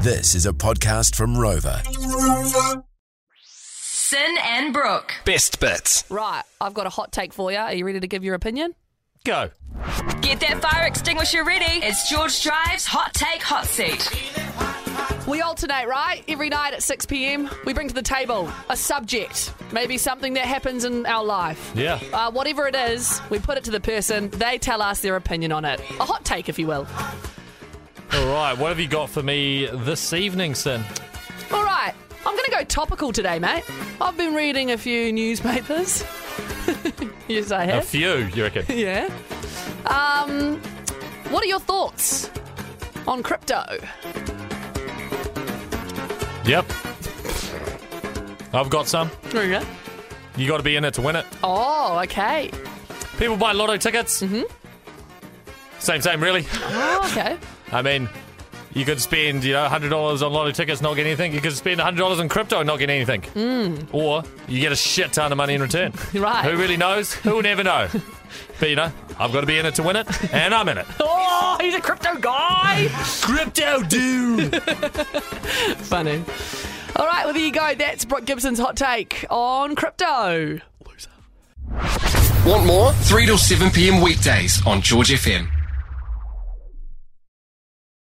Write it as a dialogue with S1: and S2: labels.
S1: This is a podcast from Rover.
S2: Sin and Brooke.
S3: Best bits.
S4: Right, I've got a hot take for you. Are you ready to give your opinion?
S3: Go.
S2: Get that fire extinguisher ready. It's George Drive's Hot Take Hot Seat.
S4: We alternate, right? Every night at 6 p.m., we bring to the table a subject, maybe something that happens in our life.
S3: Yeah.
S4: Uh, whatever it is, we put it to the person, they tell us their opinion on it. A hot take, if you will.
S3: All right. What have you got for me this evening, Sin?
S4: All right, I'm going to go topical today, mate. I've been reading a few newspapers. yes, I
S3: A
S4: have.
S3: few, you reckon?
S4: yeah. Um, what are your thoughts on crypto?
S3: yep. I've got some.
S4: There we go.
S3: You got to be in it to win it.
S4: Oh, okay.
S3: People buy lotto tickets. Mm-hmm. Same, same, really.
S4: Oh, okay.
S3: I mean, you could spend, you know, $100 on lotto tickets, not get anything. You could spend $100 on crypto and not get anything. Or you get a shit ton of money in return.
S4: Mm. Right.
S3: Who really knows? Who will never know? but, you know, I've got to be in it to win it, and I'm in it.
S4: Oh, he's a crypto guy.
S3: crypto, dude!
S4: Funny. All right, well, there you go. That's Brooke Gibson's hot take on crypto.
S5: Want more? 3 till 7 p.m. weekdays on George FM.